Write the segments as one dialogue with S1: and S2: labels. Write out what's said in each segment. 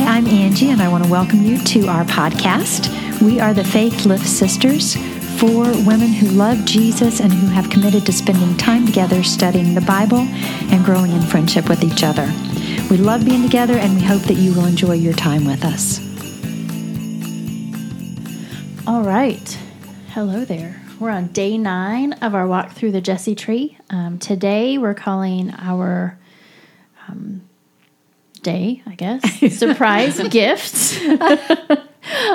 S1: Angie, and I want to welcome you to our podcast. We are the Faith Lift Sisters, four women who love Jesus and who have committed to spending time together studying the Bible and growing in friendship with each other. We love being together, and we hope that you will enjoy your time with us.
S2: All right. Hello there. We're on day nine of our walk through the Jesse tree. Um, today we're calling our um, day, I guess, surprise gifts.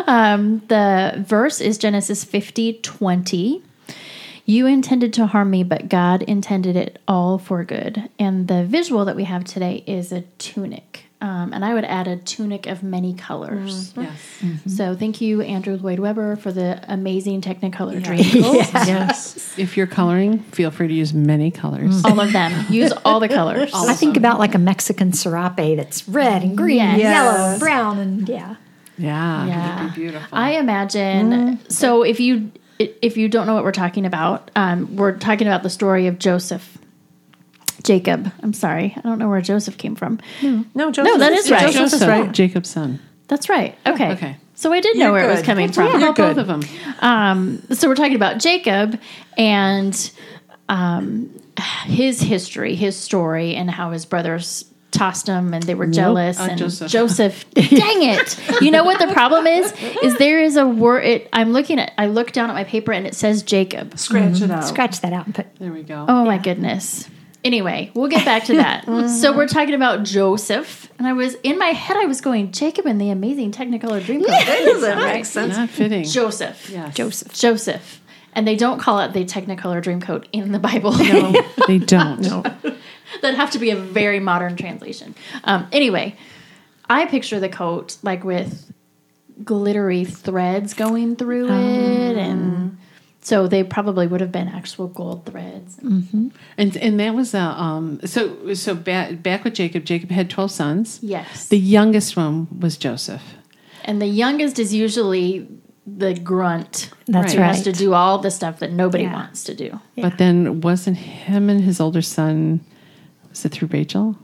S2: um, the verse is Genesis 50 20. You intended to harm me, but God intended it all for good. And the visual that we have today is a tunic. Um, and I would add a tunic of many colors.
S3: Mm, yes.
S2: Mm-hmm. So thank you, Andrew Lloyd Webber, for the amazing Technicolor yeah.
S3: dream. yes. yes. If you're coloring, feel free to use many colors.
S2: All of them. Use all the colors. all
S1: I think them. about like a Mexican serape that's red and green, yes. yellow, and brown, and yeah.
S3: Yeah. Yeah. beautiful. I
S2: imagine. Mm-hmm. So if you if you don't know what we're talking about, um, we're talking about the story of Joseph Jacob. I'm sorry. I don't know where Joseph came from.
S3: No, no, Joseph.
S2: No, that is right.
S3: Joseph, Joseph is right. Jacob's son.
S2: That's right. Okay.
S3: Yeah, okay.
S2: So I did
S3: You're
S2: know where
S3: good.
S2: it was coming from.
S3: Yeah, both good. of
S2: them. Um, so we're talking about Jacob and um, his history, his story, and how his brothers tossed him and they were nope. jealous
S3: uh,
S2: and
S3: joseph,
S2: joseph dang it you know what the problem is is there is a word it, i'm looking at i look down at my paper and it says jacob
S3: scratch mm-hmm. it out
S1: scratch that out and put
S3: there we go
S2: oh yeah. my goodness Anyway, we'll get back to that. so we're talking about Joseph, and I was in my head. I was going Jacob and the Amazing Technicolor Dreamcoat.
S3: Yeah, that doesn't make sense. Not fitting.
S2: Joseph.
S3: Yes.
S1: Joseph.
S2: Joseph. And they don't call it the Technicolor Dreamcoat in the Bible.
S3: No, they don't.
S2: no. That'd have to be a very modern translation. Um, anyway, I picture the coat like with glittery threads going through um.
S1: Oh.
S2: it, and. So they probably would have been actual gold threads.
S1: Mm.
S3: Mm-hmm. And and that was a um, so so back back with Jacob. Jacob had twelve sons.
S2: Yes,
S3: the youngest one was Joseph,
S2: and the youngest is usually the grunt.
S1: That's right. right.
S2: Has to do all the stuff that nobody yeah. wants to do.
S3: Yeah. But then wasn't him and his older son? Was it through Rachel?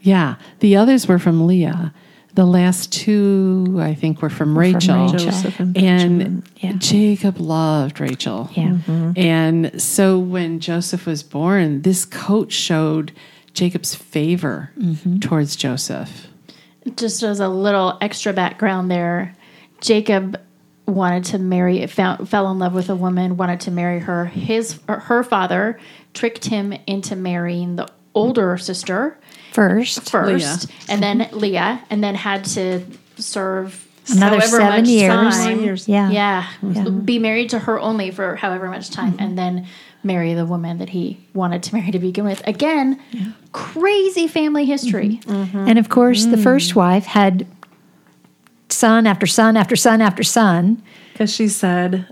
S3: Yeah, the others were from Leah the last two i think were from rachel,
S1: from rachel.
S3: and, and yeah. jacob loved rachel
S1: yeah. Mm-hmm.
S3: and so when joseph was born this coat showed jacob's favor mm-hmm. towards joseph
S2: just as a little extra background there jacob wanted to marry found, fell in love with a woman wanted to marry her his her father tricked him into marrying the older sister
S1: first,
S2: first, Leah. and then Leah, and then had to serve
S1: another seven years.
S2: years.
S1: Yeah.
S2: yeah, yeah. Be married to her only for however much time, mm-hmm. and then marry the woman that he wanted to marry to begin with. Again, yeah. crazy family history.
S1: Mm-hmm. Mm-hmm. And of course, the first wife had son after son after son after son
S4: because she said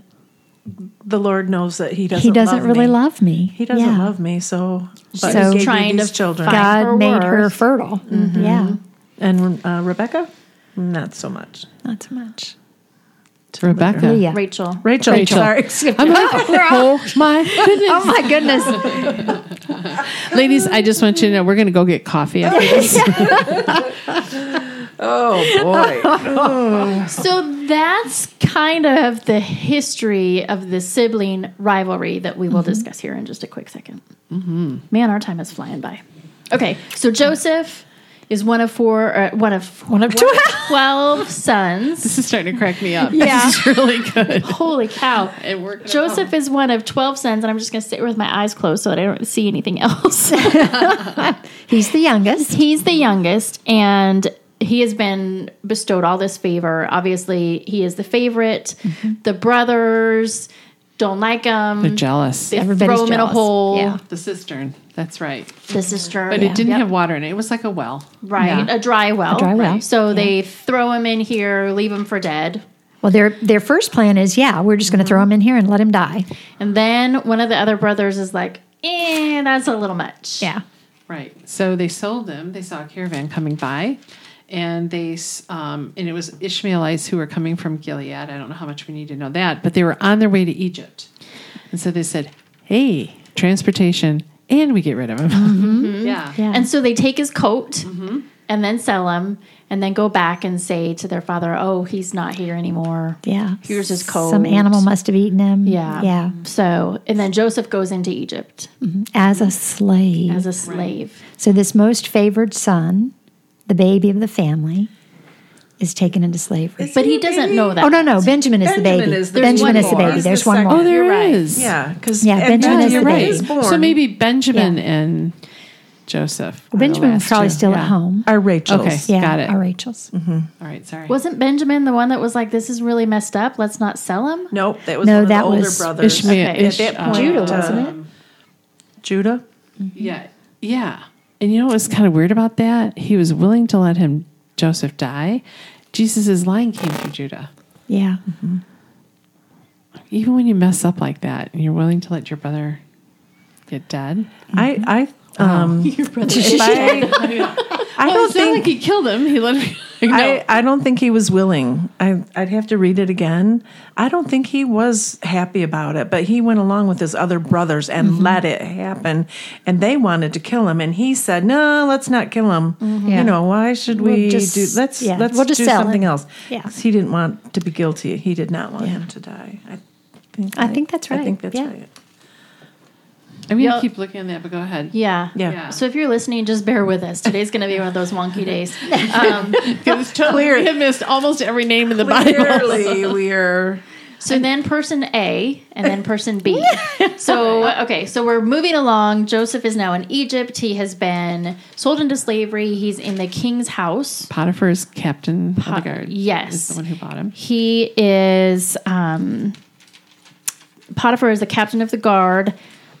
S4: the Lord knows that He doesn't.
S1: He doesn't
S4: love
S1: really
S4: me.
S1: love me.
S4: He doesn't yeah. love me. So,
S2: but so
S4: he
S2: trying
S4: to children.
S1: God her made worth. her fertile. Mm-hmm. Yeah,
S4: and uh, Rebecca, not so much.
S1: Not so much.
S3: To Rebecca,
S2: Leah. Rachel,
S4: Rachel,
S3: Rachel.
S4: Sorry.
S3: I'm like, oh my goodness!
S1: oh my goodness!
S3: Ladies, I just want you to know we're going to go get coffee after this.
S4: Oh boy. oh.
S2: so that's kind of the history of the sibling rivalry that we will mm-hmm. discuss here in just a quick 2nd
S3: mm-hmm.
S2: Man, our time is flying by. Okay, so Joseph is one of four, uh, one of
S1: one of twelve.
S2: twelve sons.
S3: This is starting to crack me up.
S2: Yeah,
S3: this is really good.
S2: Holy cow!
S3: It worked.
S2: Joseph is one of twelve sons, and I'm just going to sit with my eyes closed so that I don't see anything else.
S1: He's the youngest.
S2: He's the youngest, and he has been bestowed all this favor. Obviously, he is the favorite. Mm-hmm. The brothers don't like him.
S3: They're jealous.
S2: They Everybody's throw him
S1: jealous.
S2: in a hole.
S1: Yeah.
S3: The cistern. That's right.
S2: The cistern.
S3: But yeah. it didn't yep. Uh, have water in it. It was like a well.
S2: Right. Yeah. A dry well.
S1: A dry well. Right.
S2: So yeah. they throw him in here, leave him for dead.
S1: Well, their their first plan is, yeah, we're just going to mm-hmm. throw him in here and let him die.
S2: And then one of the other brothers is like, eh, that's a little much.
S1: Yeah.
S3: Right. So they sold him. They saw a caravan coming by and they um, and it was Ishmaelites who were coming from Gilead. I don't know how much we need to know that, but they were on their way to Egypt, and so they said, "Hey, transportation, and we get rid of him."
S2: Mm-hmm. yeah. yeah. and so they take his coat. Mm-hmm. and then sell him and then go back and say to their father, "Oh, he's not here anymore."
S1: Yeah.
S2: Here's his coat.
S1: Some animal must have eaten him.
S2: Yeah.
S1: Yeah.
S2: So, and then Joseph goes into Egypt
S1: As a slave.
S2: as a slave.
S1: so this most favored son, the baby of the family, is taken into slavery.
S2: But he doesn't know that.
S1: oh no, no, Benjamin is
S4: Benjamin
S1: the baby.
S4: is- there's
S1: Benjamin
S4: one
S1: is the
S4: more.
S1: baby.
S4: He's
S1: There's
S4: the
S1: one
S4: second.
S1: more.
S3: Oh, there is.
S2: You're right.
S4: Yeah, because
S1: Yeah, Benjamin
S3: Yeah,
S1: is
S3: you're
S1: the
S3: right.
S1: baby.
S4: born.
S3: So maybe Benjamin
S1: Yeah.
S3: and Joseph. are the
S1: Oh, Benjamin was
S3: Oh, last
S1: probably
S3: two.
S1: still
S3: Yeah.
S1: at home.
S4: are Rachel's.
S3: Okay.
S1: Yeah,
S3: Got it.
S1: our Rachel's.
S3: All right, sorry.
S2: Wasn't Benjamin the one that was like, "This is really messed up. Let's not sell him"?
S4: Nope, that was
S1: No,
S4: one of
S1: that
S4: the older
S1: was
S4: brothers.
S3: Ishmael-
S2: Okay.
S3: Ish-
S4: At that
S3: uh,
S4: point,
S1: Judah,
S4: uh,
S1: wasn't it?
S4: Judah.
S3: Yeah. Yeah. And you know what was kind of weird about that? He was willing to let him, Joseph, die. Jesus' line came through Judah.
S1: Yeah.
S3: Even when you mess up like that and you're willing to let your brother get dead.
S4: I I um if I, I don't
S3: it's not Oh, like
S4: think
S3: he killed him. He let him.
S4: I, I don't think he was willing. I I'd have to read it again. I don't think he was happy about it, but he went along with his other brothers and
S1: Mm-hmm.
S4: let it happen. And they wanted to kill him, and he said, "No, let's not kill him.
S1: Mm-hmm. Yeah.
S4: You know, why should
S1: We'll
S4: we
S1: just-
S4: do? Let's
S1: yeah,
S4: let's
S1: we'll just
S4: do
S1: sell
S4: something
S1: him."
S4: else."
S1: Yeah.
S4: 'Cause he didn't want to be guilty. He did not want
S1: Yeah.
S4: him to die. I think
S1: I think that's
S4: I
S1: right.
S4: think that's
S1: Yeah.
S4: right.
S3: I mean,
S2: Yeah.
S3: keep looking at that, but go ahead.
S2: Yeah.
S4: Yeah.
S3: Yeah.
S2: So if you're listening, just bear with us. Today's going to be one of those wonky days.
S3: Because it's totally, we have missed almost every name in the Bible.
S4: Clearly, we're
S2: So then person A and then person B. so, okay, so we're moving along. Joseph is now in Egypt. He has been sold into slavery. He's in the king's house.
S3: Potiphar is captain of the guard.
S2: yes.
S3: Is the one who bought him.
S2: He is, um, Potiphar is the captain of the guard.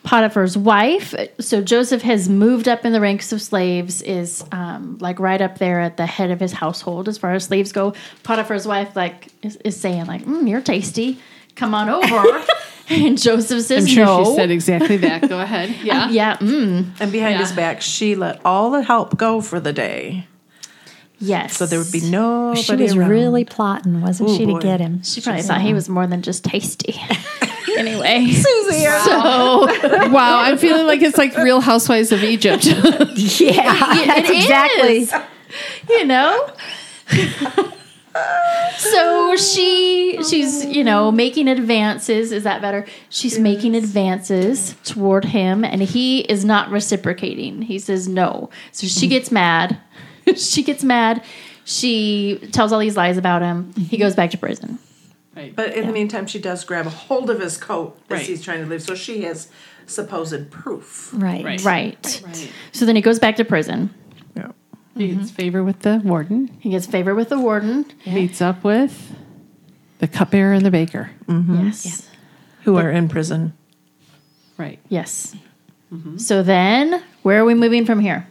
S2: Potiphar's wife. So Joseph has moved up in the ranks of slaves, is um, like right up there at the head of his household as far as slaves go. Potiphar's wife like is, is saying like, mm, "You're tasty, come on over." and Joseph says,
S3: I'm sure
S2: "No."
S3: she said exactly that. Go ahead. Yeah.
S2: yeah, mm,
S4: and behind his
S3: Yeah.
S4: back, she let all the help go for the day,
S2: yes.
S4: so there would be nobody
S1: She was
S4: around.
S1: really plotting, wasn't
S4: Ooh,
S1: she,
S4: boy.
S1: to get him?
S2: She probably thought he was more than just tasty. anyway,
S3: Wow. I'm feeling like it's like Real Housewives of Egypt.
S1: Yeah, that's
S2: it
S1: exactly.
S2: is, you know so she she's you know making advances is that better she's making advances toward him and he is not reciprocating he says no so she gets mad she gets mad she tells all these lies about him he goes back to prison
S4: But in the meantime, she does grab a hold of his coat as
S3: Right.
S4: he's trying to leave, so she has supposed proof.
S1: Right.
S3: Right.
S2: right, so then he goes back to prison
S4: Yeah.
S3: He gets favor with the warden.
S2: he gets favor with the warden
S3: Meets up with the cupbearer and the baker.
S2: Mm. yes
S4: Who are in prison.
S3: Right.
S2: yes so then where are we moving from here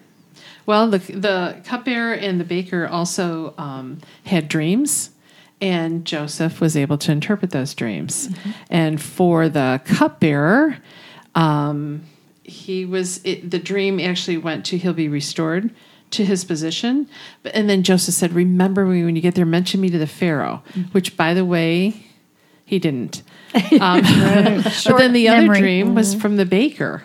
S3: Well, the the cupbearer and the baker also um, had dreams, and Joseph was able to interpret those dreams. And for the cupbearer, um, he was it, the dream actually went to he'll be restored to his position. But, and then Joseph said, "Remember me when you get there. Mention me to the Pharaoh." Which, by the way, he didn't. But then the other
S1: memory.
S3: dream was from the baker,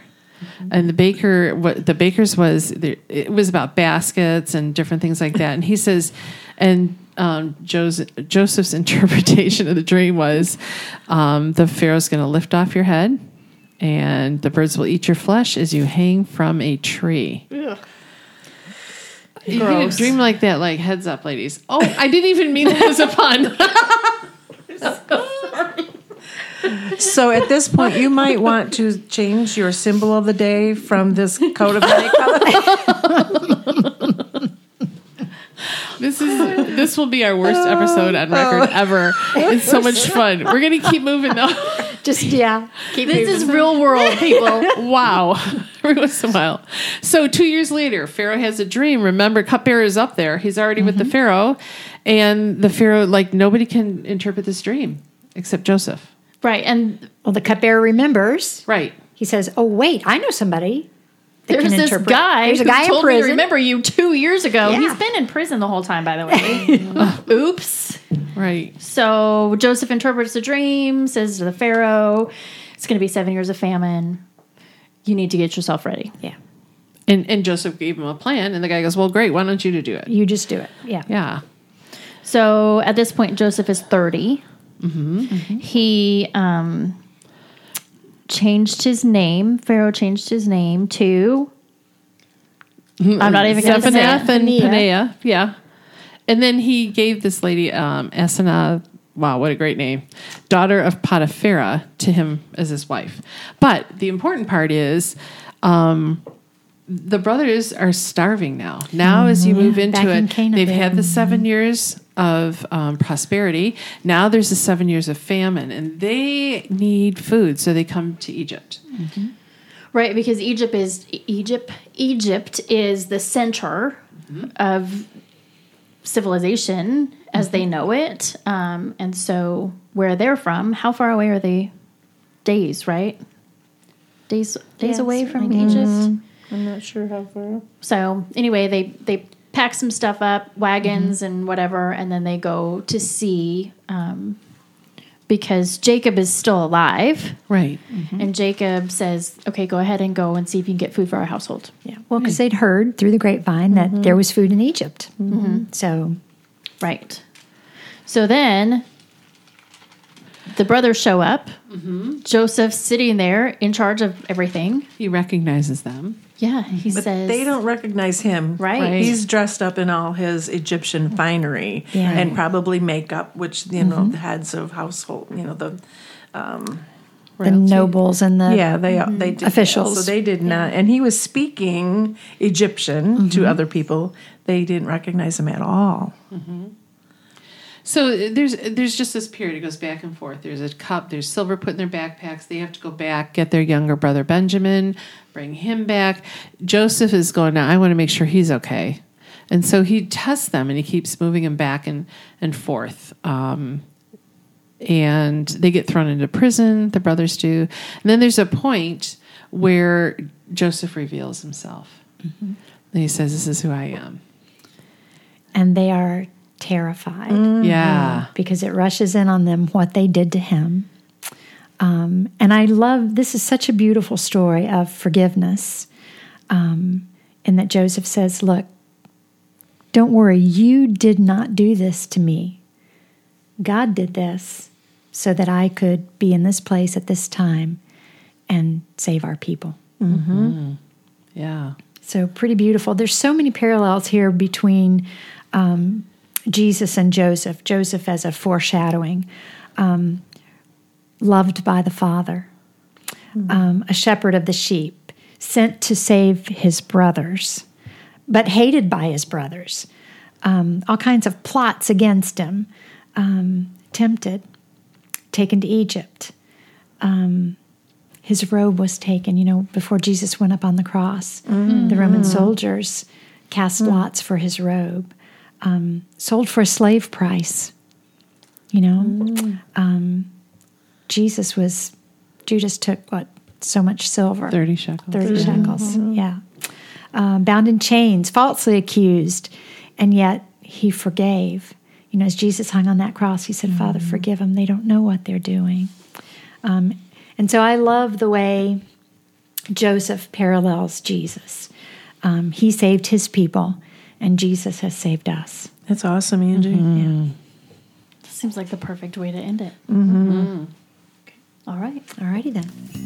S3: and the baker, what the baker's was, there- it was about baskets and different things like that. And he says, and um, Joseph, Joseph's interpretation of the dream was, um, the pharaoh's going to lift off your head, and the birds will eat your flesh as you hang from a tree. You get a dream like that, like heads up, ladies. Oh, I didn't even mean that as a pun.
S4: So at this point, you might want to change your symbol of the day from this coat of many colors.
S3: This is this will be our worst episode on record ever. It's so much fun. We're gonna keep moving though.
S1: Just yeah. Keep
S2: This is real world, people.
S3: Wow, every once in a while. So two years later, Pharaoh has a dream. Remember, cupbearer is up there. He's already with the Pharaoh, and the Pharaoh like nobody can interpret this dream except Joseph.
S2: right. And
S1: Well, the cupbearer remembers.
S3: Right.
S1: He says, "Oh wait, I know somebody." that
S2: there's
S1: can
S2: this
S1: interpret."
S2: guy
S1: There's a
S2: who
S1: guy in
S2: told me to
S1: prison.
S2: remember you two years ago.
S1: Yeah.
S2: He's been in prison the whole time, by the way. Oops.
S3: Right.
S2: So Joseph interprets the dream, says to the Pharaoh, it's going to be seven years of famine. You need to get yourself ready.
S1: Yeah.
S3: And, and Joseph gave him a plan, and the guy goes, Well, great. Why don't you to do it?
S1: You just do it. Yeah.
S3: Yeah.
S2: So at this point, Joseph is 30.
S1: Mm-hmm.
S2: He um, changed his name. Pharaoh changed his name to.
S1: Mm-hmm.
S2: I'm not even going to say
S3: Zephanath
S2: it.
S3: and
S5: Paneah.
S3: Paneah. Yeah. And then he gave this lady, um, Asenath, wow, what a great name, daughter of Potipharah, to him as his wife. But the important part is um, the brothers are starving now. Now, as you move
S1: Mm-hmm. back
S3: into
S1: in
S3: it,
S1: Canaan,
S3: they've
S1: they-
S3: had the seven years of um, prosperity. Now there's the seven years of famine, and they need food, so they come to Egypt.
S2: Right, because Egypt is Egypt. Egypt is the center of civilization as they know it, um, and so where they're from. How far away are they? Days, right? Days, days
S1: Yeah,
S2: away from
S1: certainly
S2: Egypt.
S5: I'm not sure how far.
S2: So anyway, they they pack some stuff up, wagons
S5: Mm-hmm.
S2: and whatever, and then they go to sea um, because Jacob is still alive,
S3: Right.
S4: Mm-hmm.
S2: and Jacob says, "Okay, go ahead and go and see if you can get food for our household."
S1: Yeah. Well, because they'd heard through the grapevine that there was food in Egypt. So
S2: Right. So then the brothers show up.
S4: Mm-hmm.
S2: Joseph's sitting there in charge of everything.
S3: He recognizes them.
S2: Yeah, he
S4: But
S2: says
S4: they don't recognize him.
S2: Right. Right.
S4: He's dressed up in all his Egyptian finery
S1: Yeah.
S4: and probably makeup, which, you know, the heads of household, you know, the.
S1: the nobles and the
S4: Yeah, they they did that.
S1: Officials.
S4: So they did not, and he was speaking Egyptian to other people. They didn't recognize him at all.
S3: So uh, there's there's just this period. It goes back and forth. There's a cup. There's silver put in their backpacks. They have to go back, get their younger brother Benjamin, bring him back. Joseph is going now. I want to make sure he's okay, and so he tests them, and he keeps moving him back and and forth. Um, and they get thrown into prison. The brothers do, and then there's a point where Joseph reveals himself. And he says, "This is who I am."
S1: and they are terrified
S3: Yeah.
S1: um, because it rushes in on them what they did to him. Um, and I love this is such a beautiful story of forgiveness, um, in that Joseph says, "Look, don't worry, you did not do this to me. God did this so that I could be in this place at this time and save our people."
S3: Yeah.
S1: So pretty beautiful. There's so many parallels here between um, Jesus and Joseph. Joseph as a foreshadowing, um, loved by the Father, um, a shepherd of the sheep, sent to save his brothers, but hated by his brothers. Um, all kinds of plots against him. Um, tempted, taken to Egypt Um, his robe was taken, you know, before Jesus went up on the cross. The Roman soldiers cast lots for his robe, um, sold for a slave price, you know. Um, Jesus was, Judas took what? So much silver.
S3: Thirty shekels.
S1: 30 shekels. Yeah. Um, bound in chains, falsely accused, and yet he forgave. You know, as Jesus hung on that cross, he said, Father, forgive them. They don't know what they're doing. Um, and so I love the way Joseph parallels Jesus. Um, he saved his people, and Jesus has saved us.
S4: That's awesome, Angie.
S2: seems like the perfect way to end it.
S1: All right. All righty then.